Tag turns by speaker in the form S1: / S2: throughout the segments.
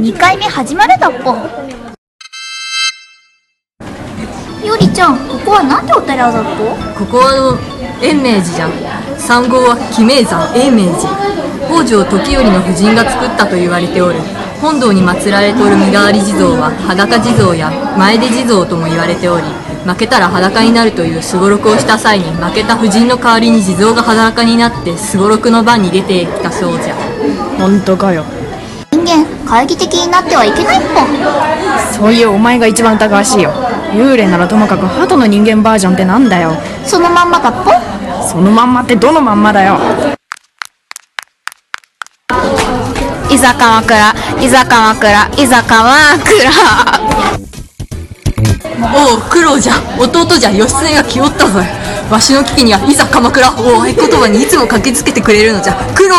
S1: 2回目始まるだっぽよりちゃんここはなんてお寺だっぽ
S2: ここはあの延命寺じゃん三号は鬼名山延命寺北条時頼の夫人が作ったと言われておる本堂に祀られておる身代わり地蔵は裸地蔵や前出地蔵とも言われており負けたら裸になるというすごろくをした際に負けた夫人の代わりに地蔵が裸になってすごろくの番に出てきたそうじゃ
S3: 本当かよ
S1: 人間懐疑的になってはいけないっぽ
S3: そういうお前が一番疑わしいよ幽霊ならともかく鳩の人間バージョンってなんだよ
S1: そのまんまだっぽ
S3: そのまんまってどのまんまだよ
S4: いざ鎌倉いざ鎌倉いざ鎌倉
S2: おお苦労じゃ弟じゃ義経が気負ったぞわしの危機にはいざ鎌倉を合言葉にいつも駆けつけてくれるのじゃ苦労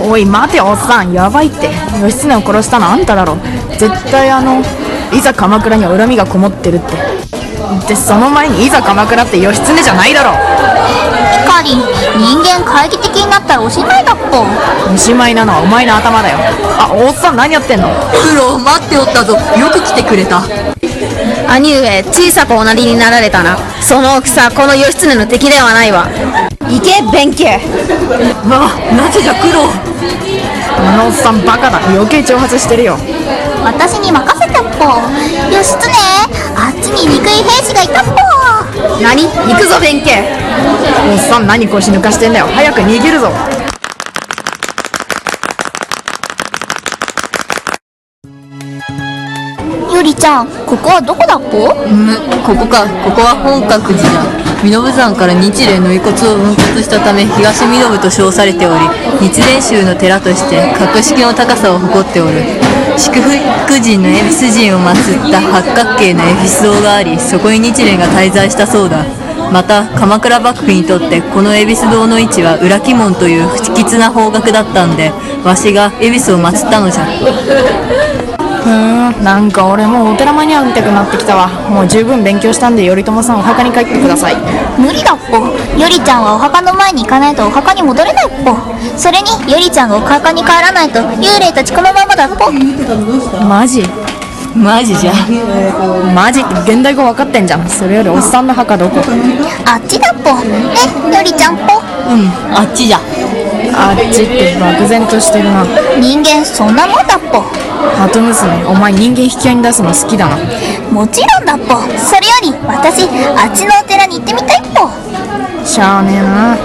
S3: おい待ておっさんやばいって義経を殺したのあんただろ絶対あのいざ鎌倉には恨みがこもってるってでその前にいざ鎌倉って義経じゃないだろ
S1: ひかり人間懐疑的になったらおしまいだっぽ
S3: おしまいなのはお前の頭だよあおっさん何やってんの
S2: 苦労待っておったぞよく来てくれた
S4: 兄上小さくおなりになられたなその大きさこの義経の敵ではないわ行け弁慶
S2: まあなぜじゃ苦労
S3: あのおっさんバカだ余計挑発してるよ
S1: 私に任せたっぽ義経あっちに憎い兵士がいたっぽ
S4: 何行くぞ弁慶
S3: おっさん何腰抜かしてんだよ早く逃げるぞ
S1: よりちゃんここはどこだっぽ
S2: むここかここは本格寺だ身延山から日蓮の遺骨を分割したため東身延と称されており日蓮宗の寺として格式の高さを誇っておる祝福神のエフィス人を祀った八角形のエフィス像がありそこに日蓮が滞在したそうだまた鎌倉幕府にとってこの恵比寿堂の位置は裏鬼門という不吉な方角だったんでわしが恵比寿を祀ったのじゃ
S3: うーんなんか俺もうお寺マニアみたくなってきたわもう十分勉強したんで頼朝さんお墓に帰ってください
S1: 無理だっぽよりちゃんはお墓の前に行かないとお墓に戻れないっぽそれによりちゃんがお墓に帰らないと幽霊たちこのままだっぽ
S3: マジ
S2: マジじゃ
S3: マジって現代語分かってんじゃんそれよりおっさんの墓どこ
S1: あっちだっぽねよりちゃんっぽ
S2: うんあっちじゃ
S3: あっちって漠然としてるな
S1: 人間そんなもんだっぽ
S3: 鳩娘お前人間引き合いに出すの好きだな
S1: もちろんだっぽそれより私あっちのお寺に行ってみたいっぽ
S3: しゃあねえな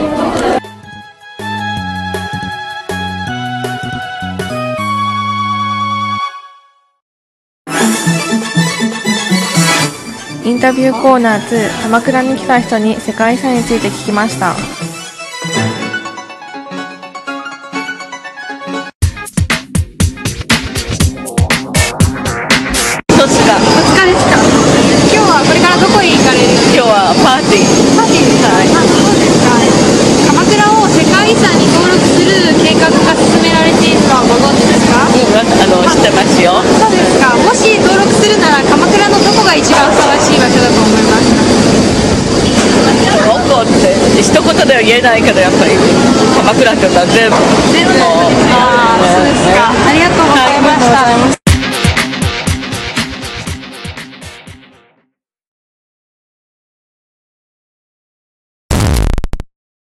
S5: インタビューコーナー2鎌倉に来た人に世界遺産について聞きました
S6: 一つが二日ですか今日はこれからどこに行かれる今日はパーティーパーティーはい
S7: 鎌倉を世界遺産に登録する計画が進められているのはご存知ですか
S6: うんあの知ってますよ
S7: そうですかもし登録するなら鎌倉のどこが一番ふさわしい場所だと思います
S6: どこって一言では言えないけどやっぱり鎌倉ってことは全部
S7: 全部ああそうですかありがとうございました